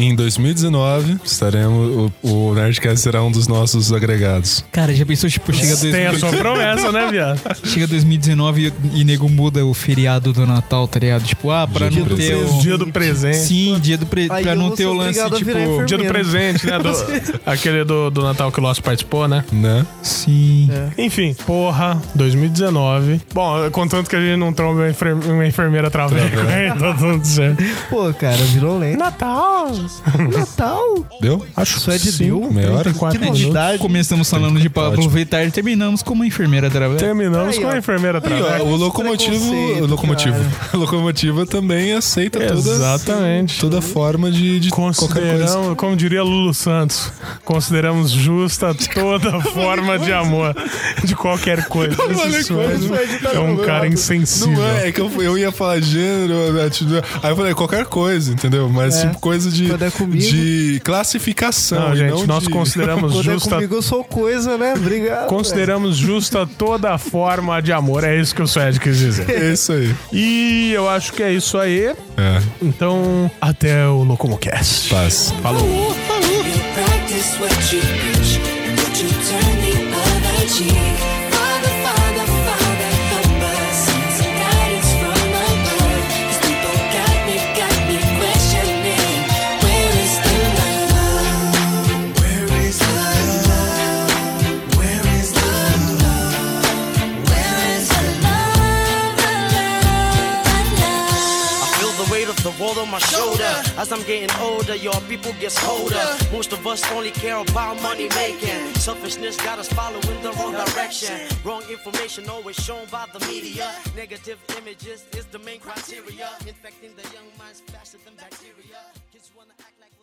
Speaker 3: Em 2019, estaremos. O, o Nerdcast será um dos nossos agregados.
Speaker 5: Cara, já pensou, tipo, chega, dois,
Speaker 2: Tem a sua promessa, né, viado?
Speaker 5: chega 2019 e, e nego muda o feriado do Natal, tá ligado? Tipo, ah, pra
Speaker 3: Dia
Speaker 5: não
Speaker 3: do
Speaker 5: ter o.
Speaker 2: Dia do presente.
Speaker 5: Sim, dia do pre...
Speaker 4: Aí
Speaker 5: pra
Speaker 4: eu
Speaker 5: não
Speaker 4: vou
Speaker 5: ter
Speaker 4: ser
Speaker 5: o lance,
Speaker 4: obrigado a virar
Speaker 5: tipo.
Speaker 4: enfermeiro.
Speaker 2: Dia do presente, né? Do, aquele do, do Natal que o Lost participou, né?
Speaker 3: Né?
Speaker 4: É.
Speaker 5: Sim.
Speaker 2: Enfim, porra, 2019. Bom, contanto que a gente não trombe uma enfer- uma enfermeira traveco, né? Tá tudo certo.
Speaker 4: Pô, cara, virou lenda.
Speaker 2: Natal!
Speaker 4: Natal?
Speaker 3: Deu?
Speaker 2: Acho
Speaker 4: Isso é de Deus.
Speaker 3: Meia hora?
Speaker 5: Que novidade. Começamos falando de pra
Speaker 3: Ótimo.
Speaker 5: aproveitar e terminamos como enfermeira trabalha.
Speaker 2: Terminamos
Speaker 4: Aí,
Speaker 2: com
Speaker 4: ó.
Speaker 2: a enfermeira
Speaker 3: Aí, ó,
Speaker 2: traveco.
Speaker 3: o locomotivo.
Speaker 4: Preconceito,
Speaker 3: O locomotivo. A locomotiva também aceita todas,
Speaker 2: Exatamente.
Speaker 3: toda forma de, de qualquer coisa.
Speaker 2: Consideramos, como diria Lulu Santos, consideramos justa toda forma de amor de qualquer coisa. Esse Suede é um cara insensível.
Speaker 3: Não é, é que eu, eu ia falar gênero, atitude. Aí eu falei qualquer coisa, entendeu? Mas
Speaker 4: É.
Speaker 3: tipo coisa de,
Speaker 4: Quando é comigo-
Speaker 3: de classificação.
Speaker 2: Não,
Speaker 3: e
Speaker 2: gente, nós
Speaker 3: de-
Speaker 2: consideramos
Speaker 4: Quando é
Speaker 2: justa
Speaker 4: comigo eu sou coisa, né? Obrigado.
Speaker 2: Consideramos justa toda forma de amor. É isso que o Suede quis dizer.
Speaker 3: É isso aí.
Speaker 2: E eu acho que é isso aí.
Speaker 3: É,
Speaker 2: Então, até o Locomocast.
Speaker 3: paz.
Speaker 6: You practice what you preach, but you turn the other cheek. Father, Father, Father, help us. Send some guidance from above. 'Cause people got me, got
Speaker 7: all on my shoulder. As I'm getting older, y'all people gets colder. Most of us only care about money making. Selfishness got us following the wrong direction. Wrong information always shown by the media. Negative images is the main criteria. Infecting the young minds faster than bacteria. Kids wanna act like